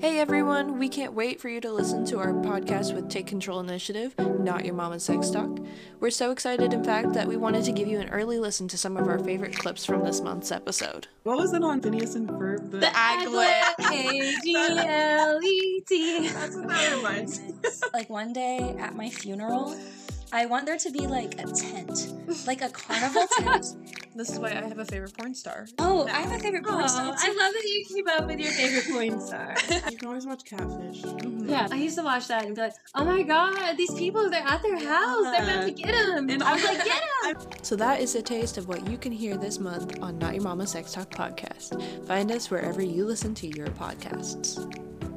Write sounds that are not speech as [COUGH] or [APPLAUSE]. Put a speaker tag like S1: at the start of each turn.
S1: Hey everyone, we can't wait for you to listen to our podcast with Take Control Initiative, Not Your Mama's Sex Talk. We're so excited, in fact, that we wanted to give you an early listen to some of our favorite clips from this month's episode.
S2: What was it on Phineas and Ferb?
S3: The Aglet. E
S4: [LAUGHS]
S3: A-G-L-E-T.
S2: That's what that reminds me.
S3: like one day at my funeral, I want there to be like a tent, like
S4: [LAUGHS]
S3: a carnival tent.
S1: This is why I have a favorite porn star.
S3: Oh, I have a favorite porn star.
S4: I love that you keep up with your favorite porn star.
S2: You can always watch Catfish.
S4: yeah, I used to watch that and be like, oh my god, these people, they're at their house. They're about to get them.
S2: And
S4: I was like,
S3: [LAUGHS]
S4: get them.
S1: So that is a taste of what you can hear this month on Not Your Mama's Sex Talk podcast. Find us wherever you listen to your podcasts.